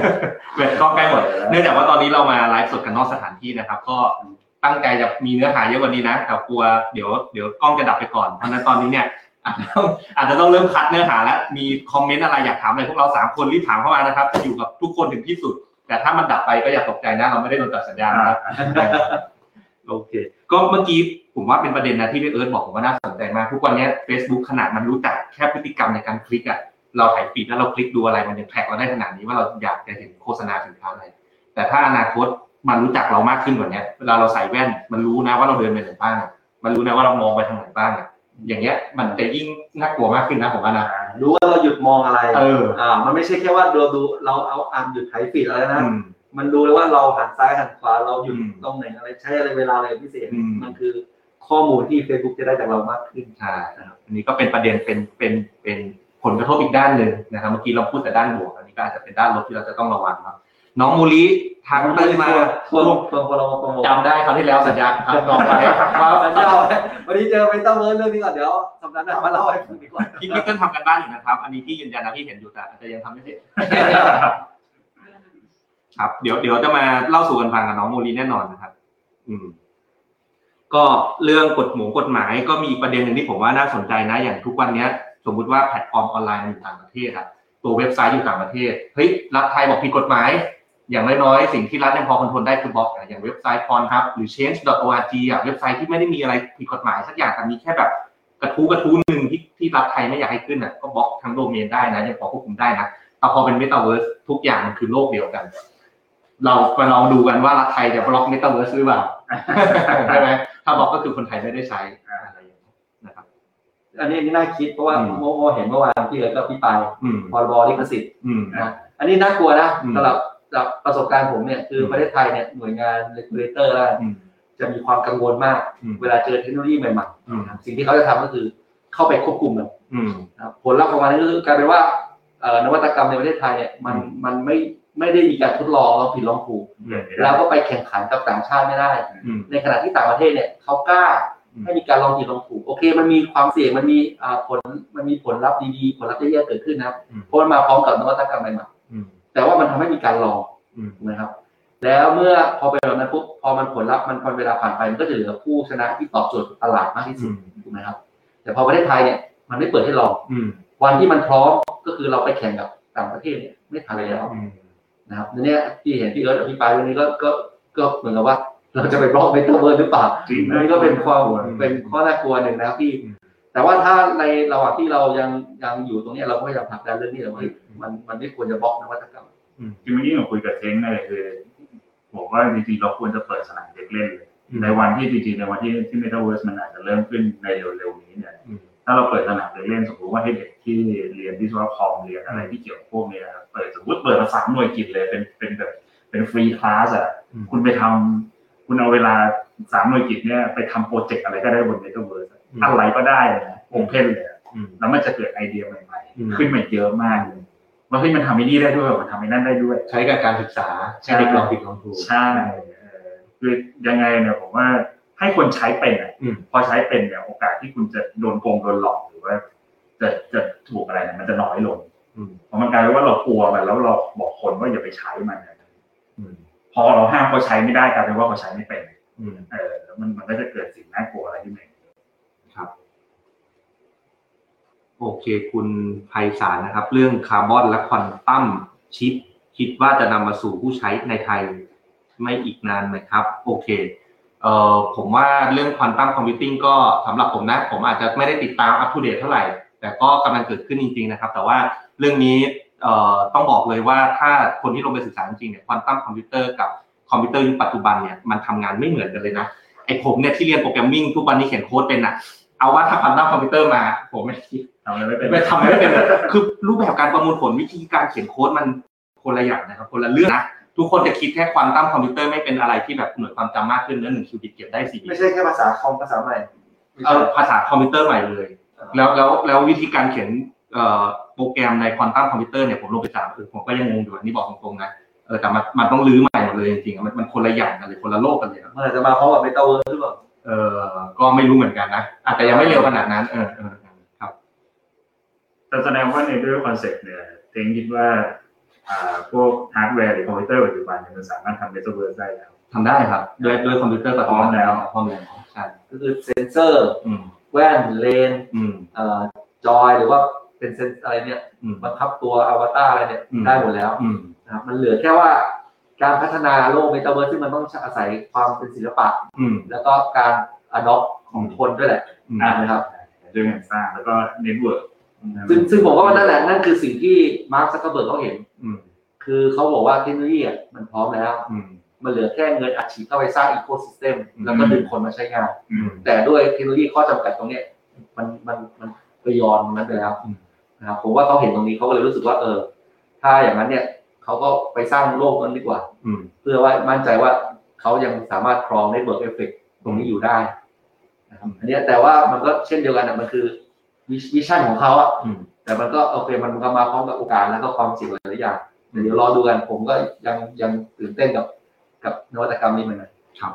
G: แบตกล้องใกล้หมดเนื่องจากว่าตอนนี้เรามาไลฟ์สดกันนอกสถานที่นะครับ ก็ตั้งใจจะมีเนื้อหาเยอะกว่านี้นะแต่กลัวเดี๋ยวเดี๋ยวกล้องจะดับไปก่อนเพราะฉะนั้นตอนนี้เนี่ย อาจจะต้องอาจจะต้องเริ่มคัดเนื้อหาแล้วมีคอมเมนต์อะไรอยากถามอะไรพวกเราสามคนรีบถามเข้ามานะครับจะอยู่กับทุกคนถึงที่สุด แต่ถ้ามันดับไปก็อย่าตกใจนะ เราไม่ได้โดนตัดสัญญาณนะครับ โอเค ก็เมื่อกี้ผมว่าเป็นประเด็นนะที่พี่เอิร์ธบอกผมว่าน่าสนใจมาก ทุกวันเนี้ย Facebook ขนาดมันรู้จักแค่พฤติกรรมในการคลิกอะเราถ่ายฟีดแล้วเราคลิกดูอะไรมันยังแท็กเราได้ขนาดนี้ว่าเราอยากจะเห็นโฆษณาสินค้าอะไร แต่ถ้าอนาคตมันรู้จักเรามากขึ้นกว่าเนี้ยเวลาเราใส่แว่น มันรู้นะว่าเราเดินไปไหนบ้างอะมันรู้นะว่าเรามองไปทางไหนบ้างอะอย่างเงี้ย มันจะยิ่งน่ากลัวมากขึ้นนะผมว่านะ
F: รู้ว่าเราหยุดมองอะไร
G: เออ
F: อ่ามันไม่ใช่แค่ว่าเราดูเราเอาอันหยุดไถฟีดอะไรนะ
G: อืม
F: มันดูเลยว่าเราหันซ้ายหันขวาเราหยุด
G: อืม
F: ตรงไหนอะไรใช้อะไรเวลาอะไรพิเศษ
G: อืม
F: มันคือข้อมูลที่ Facebook จะได้จากเรามากขึ้น
G: ใช่นะครับอันนี้ก็เป็นประเด็นเป็นเป็นเป็นผลกระทบอีกด้านหนึ่งนะครับ เมื่อกี้เราพูดแต่ด้านบวก อันนี้ก็อาจจะเป็นด้านลบที่เราจะต้องระวังเนาะน้องมูลิทางเต้นมา
F: ทวงทวงพอเราโปรโมท
G: จำได้คราวที่แล้วสัญญาครับต่อ ไปว่า
F: วันเจ้าวันนี้เจอไปต้องเรื่องนี้ก่อนเดี๋ยวสัปดาห์หน้ามาเล่าให้ฟังดีกว่า
G: พี่พี่เต้นทำกันบ้านอยู่นะครับ อันนี้พี่ยืนยันนะพี่เห็นอยู่แต่อาจจะยังทำไม่เสร็จ ครับเดี๋ยวเดี๋ยวจะมาเล่าสู่กันฟังกับน้องโมลีแน่นอนนะครับ อืม ก็เรื่องกฎหมงกฎหมายก็มีอีกประเด็นหนึ่งที่ผมว่าน่าสนใจนะ อย่างทุกวันเนี้ย สมมุติว่าแพลตฟอร์มออนไลน์อยู่ต่างประเทศอะตัวเว็บไซต์อยู่ต่างประเทศเฮ้ยรัฐไทยบอกผิดกฎหมาย อย่างน้อยๆสิ่งที่รัฐยังพอคอนโทรลได้คือบล็อกอะอย่างเว็บไซต์ Pornhub หรือ change.org อะเว็บไซต์ที่ไม่ได้มีอะไรผิดกฎหมายสักอย่างแต่มีแค่แบบกระทู้กระทู้หนึ่งที่ที่รัฐไทยไม่อยากให้ขึ้นอะก็บล็อกทั้งโดเมนได้นะยังพอควบคุมได้นะแต่พอเป็นเมตาเวิร์สทุกอย่างมันคือโลกเดียวกัน เรามาลองดูกันว่ารัฐไทยจะบล็อกเมตาเวิร์ส หรือเปล่า ใช่ไหมถ้าบล็อกก็คือคนไทยไม่ได้ใช้อะไรอย่างนี้ยนะครับ
F: อันนี้อันนี่น่าคิดเพราะว่า
G: อืม
F: โมโมเห็นเมื่อวานพี่เอ๋ก็พี่ปราย
G: อืม
F: พรบลิขสิทธิ์
G: อืม
F: นะ อันนี้น่ากลัวนะ
G: อืม
F: สำหรับสำหรับประสบการณ์ผมเนี่ยคืออ
G: ม
F: ประเทศไทยเนี่ยหน่วยงานเลกูเลเตอร์แล้ว
G: อืม
F: จะมีความกังวลมาก
G: อืม
F: เวลาเจอเทคโนโลยีใหม่
G: อืม
F: ๆนะสิ่งที่เขาจะทำก็คือเข้าไปควบคุมมัน
G: อืม
F: นะครับผลลัพธ์ของมันก็คือกลายเป็นว่าเอ่อนวัตกรรมในประเทศไทยเนี่ยมัน
G: อืม
F: มันไม่ไม่ได้มีการทดลองลองผิดลองถูก
G: อืม
F: แล้วก็ไปแข่งขันกับต่างชาติไม่ได้
G: อืม
F: ในขณะที่ต่างประเทศเนี่ยเขากล้า
G: อืม
F: ให้มีการลองผิดลองถูก โอเคมันมีความเสี่ยงมันมีอ่าผลมันมีผลลัพธ์ดีๆผลลัพธ์แย่ๆเกิดขึ้นนะครับ
G: อืม
F: เพราะมันมาพร้อมกับนวัตกรรมใหม่
G: อืม
F: ๆแต่ว่ามันทำให้มีการลอง
G: อืม
F: ถูกไหมครับ แล้วเมื่อพอเป็นแบบนั้นปุ๊บพอมันผลลัพธ์มันพอเวลาผ่านไปมันก็จะเหลือผู้ชนะที่ตอบโจทย์ตลาดมากที่
G: อื
F: สุด
G: ม
F: ถูกไหมครับ แต่พอประเทศไทยเนี่ยมันไม่เปิดให้ลอง
G: อืม
F: วันที่มันพร้อมก็คือเราไปแข่งกับต่างประเทศเนี่ยไม่ทันแล้ว
G: อืม
F: นะครับในเนี้ยที่เห็นพี่เอิร์ธอภิปรายเรื่องนี้ก็ก็ก็เหมือนกับว่า เราจะไปบล็อกเมตาเวิร์หรือเปล่า
H: จริง
F: อันนี้ก็เป็นความ
G: อืม
F: เป็นข้อน่ากลัวหนึ่งนะครับพี่
G: อืม
F: แต่ว่าถ้าในระหว่างที่เรายังยังอยู่ตรงเนี้ยเราก็พยายามผลักดันเรื่องนี้แต่ว่าเฮ้ยมันมันไม่ควรจะบล็อกนวัตกรรม
H: จริงเมื่อกี้ผมคุยกับเท้งเลยคือผมว่าจริงๆเราควรจะเปิดสนามเด็กเล่นเลย
G: อืม
H: ในวันที่จริงๆในวันที่ที่เมตาเวิร์สมันอาจจะเริ่มขึ้นในเร็วๆนี้เนี่ย
G: อืม
H: ถ้าเราเปิดสนามเด็กเล่นสมมติว่าให้เด็กที่เรียนวิศวะคอมเรียนอะไรที่เกี่ยวกับพวกเนี้ยครับเปิดสมมติเปิดมาสามหน่วยกิจเลยเป็นเป็นแบบเป็นฟรีคลาสอ่ะ
G: อืม
H: คุณไปทำคุณเอาเวลาสามหน่วยกิจเนี่ยไปทำโปรเจกต์อะไรก็ได้บนเมตาเวิร์สอะ
G: อืม
H: อะไรก็ได้เลยนะโอเพนเลยอะ
G: อืม
H: แล้วมันจะเกิดไอเดียใหม่
G: อืม
H: ๆ ขึ้นมาเยอะมากเลยว่าเฮ้ยมันทำไอ้นี่ได้ด้วยมันทำไอ้นั่นได้ด้วย
G: ใช้กับการศึกษา
H: ใช่
G: ให้เด็กลองผิดลองถูก
H: ใช่เอ่อคือยังไงเนี่ยผมว่าให้คนใช้เป็นอะ
G: อืม
H: พอใช้เป็นเนี่ยโอกาสที่คุณจะโดนโกงโดนหลอกหรือว่าจะจะถูกอะไรเนี่ยมันจะน้อยลง
G: อืม
H: เพราะมันกลายเป็นว่าเรากลัวมันแล้วเราบอกคนว่าอย่าไปใช้มันเนี่ย
G: อืม
H: พอเราห้ามเขาใช้ไม่ได้กลายเป็นว่าเขาใช้ไม่เป็น
G: อืม
H: เออแล้วมันมันก็จะเกิดสิ่งน่ากลัวอะไรที่ไหน
G: โอเค คุณไพศาลนะครับ เรื่องคาร์บอนและควอนตัมชิปคิดว่าจะนำมาสู่ผู้ใช้ในไทยไม่อีกนานไหมครับ โอเคเอ่อผมว่าเรื่องควอนตัมคอมพิวติ้งก็สำหรับผมนะ ผมอาจจะไม่ได้ติดตามอัปเดตเท่าไหร่ แต่ก็กำลังเกิดขึ้นจริง ๆนะครับ แต่ว่าเรื่องนี้เอ่อต้องบอกเลยว่าถ้าคนที่ลงไปศึกษาจริงๆเนี่ยควอนตัมคอมพิวเตอร์กับคอมพิวเตอร์ยุคปัจจุบันเนี่ยมันทำงานไม่เหมือนกันเลยนะไอผมเนี่ยที่เรียนโปรแกรมมิ่งทุกวันนี้เขียนโค้ดเป็นอะเอาว่าถ้าควอนตัมคอมพิวเตอร์มาผมไม่คิด
H: ทำอะไรไม่เป็น
G: ไปทำไม่เป็นเลยคือรูปแบบการประมวลผลวิธีการเขียนโค้ดมันคนละอย่างนะครับ คนละเรื่องนะ ทุกคนจะคิดแค่ควอนตัมคอมพิวเตอร์ไม่เป็นอะไรที่แบบหน่วยความจำมากขึ้นแล้วหนึ่งคิวบิตเก็บได้สี่
F: ไม่ใช่แค่ภาษาคอมภาษาใหม่ไม่
G: เอ่อ
F: ใช่
G: ภาษาคอมพิวเตอร์ใหม่เลย แล้วแล้วแล้ววิธีการเขียนเอ่อโปรแกรมในควอนตัมคอมพิวเตอร์เนี่ยผมลงไปตามเออผมก็ยังงงอยู่อันนี้บอกตรงๆนะเออแต่มันมันต้องรื้อใหม่หมดเลยจริงๆอะมันมันคนละอย่างกันเลยคนละโลกกันเลยอะ
F: มันอาจจะมาพร้อมกับเมตาเวิร์หรือเปล่า
G: เออก็ไม่รู้เหมือนกันนะอาจจะยังไม่เร็วขนาดนั้นเออเออเออครับ
H: แต่แสดงว่าในเรื่องคอนเซ็ปต์เนี่ยเทงคิดว่าอ่าพวกฮาร์ดแวร์หรือคอมพิวเตอร์ปัจจุบันเนี่ยมันสามารถทำเมตาเวิร์สได้แล้ว
G: ทำได้ครับด้วยด้วยคอมพิวเตอร์ปัจจุบันแล้วพร้อมแล้วใช่
F: ก็คือเซนเซอร์
G: อืม
F: แว่นเลน
G: อืม
F: เอ่อจอยหรือว่าเป็นเซนอะไรเนี่ย
G: อืม
F: บังคับตัวอวตารอะไรเนี่ย
G: อืม
F: ได้หมดแล้ว
G: อืม
F: นะครับมันเหลือแค่ว่าการพัฒนาโลกเมตาเวิร์ซึ่งมันต้องอาศัยความเป็นศิลปะ
G: อืม
F: แล้วก็การอดอปของคนด้วยแหละ
G: อืม
F: นะครับ
H: เรื่องการสร้างแล้วก็เน็ตเวิร์กนะครับ
F: ซึ่งซึ่งผมว่านั่นแหละนั่นคือสิ่งที่มาร์คซักเคอร์เบิร์กเขาเห็น
G: อืม
F: คือเขาบอกว่าเทคโนโลยีอ่ะมันพร้อมแล้ว
G: อืม
F: มันเหลือแค่เงินอัดฉีดเข้าไปสร้างอีโคซิสเต็ม
G: อืม
F: แล้วก็ดึงคนมาใช้งาน
G: อืม
F: แต่ด้วยเทคโนโลยีข้อจำกัดตรงเนี้ยมันมันมันไปยอนมันไปแล้ว
G: อืม
F: นะครับผมว่าเขาเห็นตรงนี้เขาก็เลยรู้สึกว่าเออ ถ้าอย่างนั้นเนี่ยเขาก็ไปสร้างโลกนั้นดีกว่า
G: อืม
F: เพื่อว่ามั่นใจว่าเขายังสามารถครองในเบิร์กเอฟเฟกตรงนี้อยู่ได้นะครับอันเนี้ยแต่ว่ามันก็เช่นเดียวกันนะมันคือวิชั่นของเขาอะ
G: อืม
F: แต่มันก็โอเคมันก็มาพร้อมกับโอกาสแล้วก็ความเสี่ยงหลายๆอย่างแต่เดี๋ยวรอดูกันผมก็ยังยังตื่นเต้นกับกับนวัตกรรมนี้เหมือนกัน
G: ครับ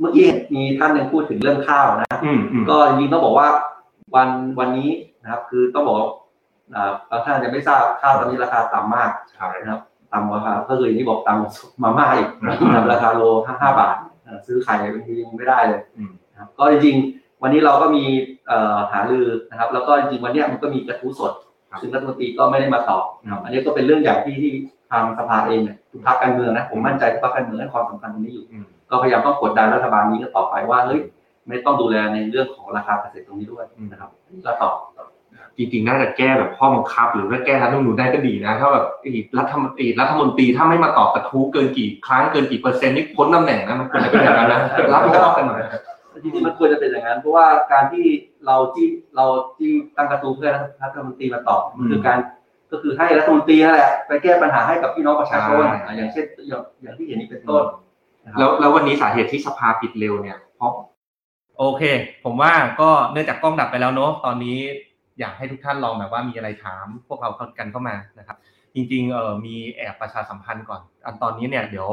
F: เมื่อกี้มีท่านหนึ่งพูดถึงเรื่องข้าวนะ
G: อืมอืม
F: ก็จริงๆต้องบอกว่าวันวันนี้นะครับ คือต้องบอกว่าอ่าบางท่านอาจจะไม่ทราบข้าวตอนนี้ราคาต่ำมาก
G: ครับ
F: นะครับต่ำกว่าครับก็คืออย่างที่บอกต่ำกว่ามาม่าอีกนะครับราคาโลห้าห้าบาทเอ่อซื้อขายบางทียังไม่ได้เลย
G: อืม
F: นะครับก็จริงๆ วันนี้เราก็มีเอ่อหารือนะครับ แล้วก็จริงๆวันเนี้ยมันก็มีกระทู้สด ซึ่งรัฐมนตรีก็ไม่ได้มาตอบนะครับอันนี้ก็เป็นเรื่องใหญ่ที่ที่ทางสภาเองเนี่ยทุกพรรคการเมืองนะผมมั่นใจทุกพรรคการเมืองให้ความสำคัญตรงนี้อยู่
G: อืม
F: ก็พยายามต้องกดดันรัฐบาลนี้กันต่อไปว่าเฮ้ยไม่ต้องดูแลในเรื่องของราคาเกษตรตรงนี้ด้วยนะครับก็ตอบ
G: จริงๆน่าจะแก้แบบข้อบังคับ หรือว่าแก้รัฐธรรมนูญได้ก็ดีนะถ้าแบบไอ้รัฐมนตรีรัฐมนตรีถ้าไม่มาตอบกระทู้เกินกี่ครั้งเกินกี่เปอร์เซ็นต์นี่ พ้นตำแหน่งนะมันควรจะเป็นอย่างนั้นนะรับผิดชอบกันหน่อย
F: จริงๆมันควรจะเป็นอย่างนั้นเพราะว่าการที่ เราที่เราที่ตั้งกระทู้เพื่อรัฐมนตรีมาตอบมันคือการก็คือให้รัฐมนตรีนั่นแหละไปแก้ปัญหาให้กับพี่น้องประชาชน
G: ใช่
F: อ่ะอย่างเช่นอย่างอย่างที่เห็นนี้เป็นต้นนะครับ
G: แล้วแล้ววันนี้สาเหตุที่สภาปิดเร็วเนี่ยเพราะโอเค ผมว่าก็เนื่องจากกล้องดับไปแล้วเนาะตอนนี้อยากให้ทุกท่านลองแบบว่ามีอะไรถาม พวกเรากันเข้ามานะครับ จริงๆเอ่อมีแอบประชาสัมพันธ์ก่อนอันตอนนี้เนี่ยเดี๋ยว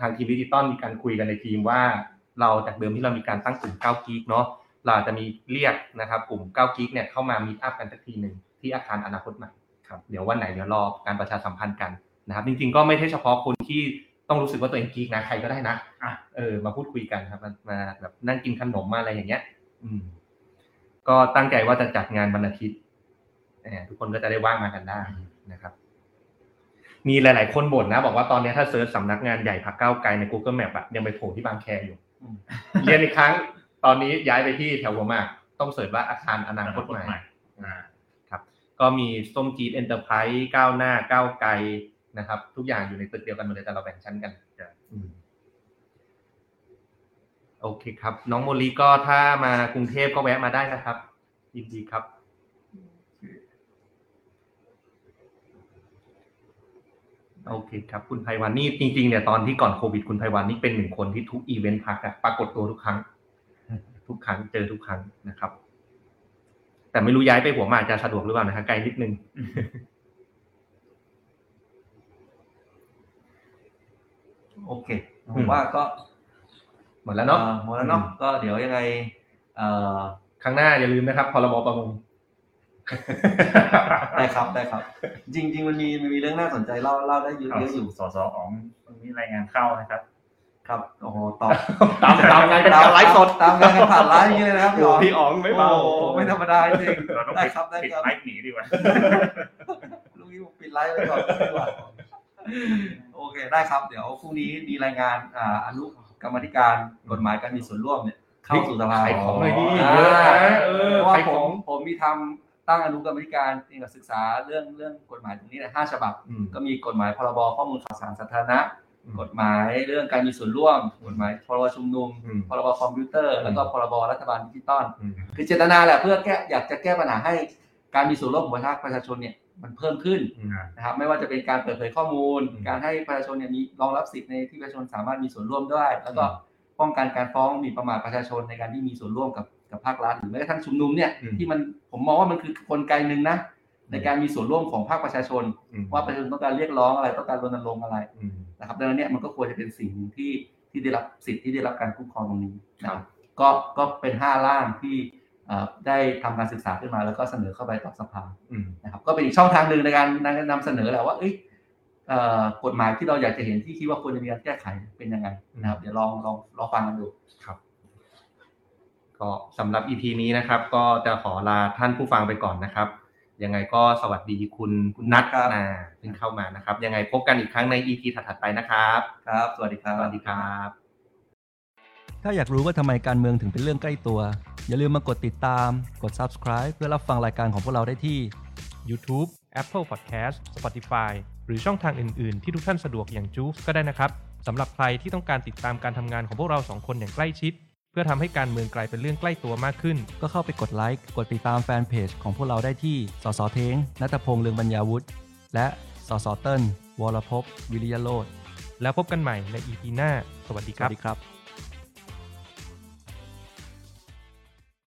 G: ทางทีมดิจิตอลมีการคุยกันในทีมว่า เราจากเดิมที่เรามีการตั้งกลุ่ม9กิกเนาะเราจะมีเรียกนะครับกลุ่ม9กิกเนี่ยเข้ามามีอัพกันสักทีหนึ่งที่อาคารอนาคตใหม่ครับเดี๋ยววันไหนเดี๋ยวรอการประชาสัมพันธ์กันนะครับ จริงๆก็ไม่ใช่เฉพาะคนที่ต้องรู้สึกว่าตัวเองกิกนะใครก็ได้นะ เออมาพูดคุยกันครับมามาแบบนั่งกินขนมมาอะไรอย่างเงี้ย อืม ก็ตั้งใจว่าจะจัดงานวันอาทิตย์เออทุกคนก็จะได้ว่างมากันได้นะครับ มีหลาย ๆ คนบ่นนะ บอกว่าตอนเนี้ยถ้าเซิร์ชสำนักงานใหญ่พักเก้าวไกลใน Google Map อะยังไปโผล่ที่บางแคอยู่
H: อืม
G: เรียนอีกครั้ง ตอนนี้ย้ายไปที่แถวหัวหมาก ต้องเสิร์ชว่าอาคารอนาคตใหม่
H: อ่า
G: ก็มีส้มจีดเอ็นเตอร์ไพรส์ก้าวหน้าก้าวไกลนะครับ ทุกอย่างอยู่ในตึกเดียวกันหมดเลยแต่เราแบ่งชั้นกันอืมโอเคครับ น้องโมลีก็ถ้ามากรุงเทพก็แวะมาได้นะครับ ยินดีครับ โอเคครับ คุณไพวันนี่จริงๆเนี่ยตอนที่ก่อนโควิดคุณไพวันนี่เป็นหนึ่งคนที่ทุกอีเวนต์พักอะปรากฏตัวทุกครั้ง ทุกครั้งเจอทุกครั้งนะครับ แต่ไม่รู้ย้ายไปหัวหมากจะสะดวกหรือเปล่านะฮะไกลนิดนึง
F: โอเค ผ
G: อื
F: ม
G: ม
F: ว่าก็
G: หมดแล้วเนาะ
F: อ่อหมดแล้วเนาะก็เดี๋ยวยังไง เอ่อ
G: ครั้งหน้าอย่าลืมนะครับพรบประมง
F: ได้ครับได้ครับ จริงจริง ๆ มันมีมันมีเรื่องน่าสนใจเล่าเล่าได้เยอะ
H: เข้า
F: เยอะอ
H: สู่
F: ยู่
H: สสอองมีรายงานเข้านะครับ
F: ครับโอ้โหตอบ
G: ตามตามงานเป็นการไลฟ์สด
F: ตามงานกันผ่านไลฟ์อย่างนี้เลยนะครับ
G: โอ้พี่อ๋องไม่เบา
F: โอ้โหไม่ธรรมดาจริง
H: เราต้อง
F: ได้
H: ปิด
F: ครับได้
H: ปิด
F: ครับ
H: ไลฟ์หนีดีกว่า
F: ลูกนี้ผมปิดไลฟ์ไปก่อนดีกว่าโอเคได้ครับ เดี๋ยวพรุ่งนี้มีรายงานอ่าอนุกรรมธิการกฎหมายการมีส่วนร่วมเนี่ยเข้าสู่สภา
G: ขายของหน่อยดิ
F: อ่า
G: เยอะนะเออ
F: เพราะว่า
G: ขายข
F: ผ
G: อ
F: ม
G: ง
F: ผมมีทำตั้งอนุกรรมธิการเกี่ยวกับศึกษาเรื่องเรื่องกฎหมายตรงนี้นะห้าฉบับ
G: อืม
F: ก็มีกฎหมายพรบข้อมูลข่าวสารสาธารณะ กฎหมายเรื่องการมีส่วนร่วม กฎหมายพรบชุมนุม
G: อืม
F: พรบคอมพิวเตอร์ แล้วก็พรบรัฐบาลดิจิตอล
G: อืม
F: คือเจตนาแหละเพื่อแก้อยากจะแก้ปัญหาให้การมีส่วนร่วมของประชาชนเนี่ยมันเพิ่มขึ้น
G: อืม
F: นะครับไม่ว่าจะเป็นการเปิดเผยข้อมูล
G: อืม
F: การให้ประชาชนเนี่ยมีรองรับสิทธิ์ในที่ประชาชนสามารถมีส่วนร่วมได้ แล้วก็
G: อืม
F: ป้องกันการฟ้องหมิ่นประมาทประชาชนในการที่มีส่วนร่วมกับกับภาครัฐหรือแม้กระทั่งชุมนุมเนี่ย
G: อืม
F: ที่มันผมมองว่ามันคือกลไกหนึ่งนะ
G: ม
F: ในการมีส่วนร่วมของภาคประชาชน
G: อืม
F: ว่าประชาชนต้องการเรียกร้องอะไรต้องการรณรงค์อะไร
G: อืม
F: นะครับดังนั้นเนี่ยมันก็ควรจะเป็นสิ่งที่ที่ได้รับสิทธิ์ที่ได้รับการคุ้มครองตรงนี้นะค
G: ครั
F: รับบ ก็ก็เป็นห้าร่างที่เอ่อได้ทำการศึกษาขึ้นมาแล้วก็เสนอเข้าไปต่อสภา
G: อืม
F: นะครับก็เป็นอีกช่องทางหนึ่งในการนำเสนอแหละว่าเอ้ยเอ่อกฎหมายที่เราอยากจะเห็นที่คิดว่าควรจะมีการแก้ไขเป็นยังไงนะครับ เดี๋ยวลองลองลองฟังกันดู
G: ก็สำหรับ EP นี้นะครับ ก็จะขอลาท่านผู้ฟังไปก่อนนะครับ ยังไงก็สวัสดีคุณคุณนัท
F: ครับ
G: นะเพิ่งเข้ามานะครับ ยังไงพบกันอีกครั้งใน EP ถัดๆไปนะครับ
F: ครับ สวัสดีครั
G: ส
F: บ
G: วัสดีครับ
C: ถ้าอยากรู้ว่าทำไมการเมืองถึงเป็นเรื่องใกล้ตัว อย่าลืมมากดติดตาม กด subscribe เพื่อรับฟังรายการของพวกเราได้ที่
E: YouTube Apple Podcast Spotify หรือช่องทางอื่น ๆ ที่ทุกท่านสะดวกอย่างจูฟก็ได้นะครับสำหรับใครที่ต้องการติดตามการทำงานของพวกเราสองคนอย่างใกล้ชิด เพื่อทำให้การเมืองกลายเป็นเรื่องใกล้ตัวมากขึ้น
C: ก็เข้าไปกดไลค์ กดติดตามแฟนเพจของพวกเราได้ที่ สสเทงนัตพงษ์เลืองบรรยาวุฒิ และ สสเติ้ลวรภพวิริยโลด
E: แล้วพบกันใหม่ใน EP หน้า สวัสดี
C: ส
E: ค
C: วั
E: รั
C: ส
E: บ
C: ดีครับ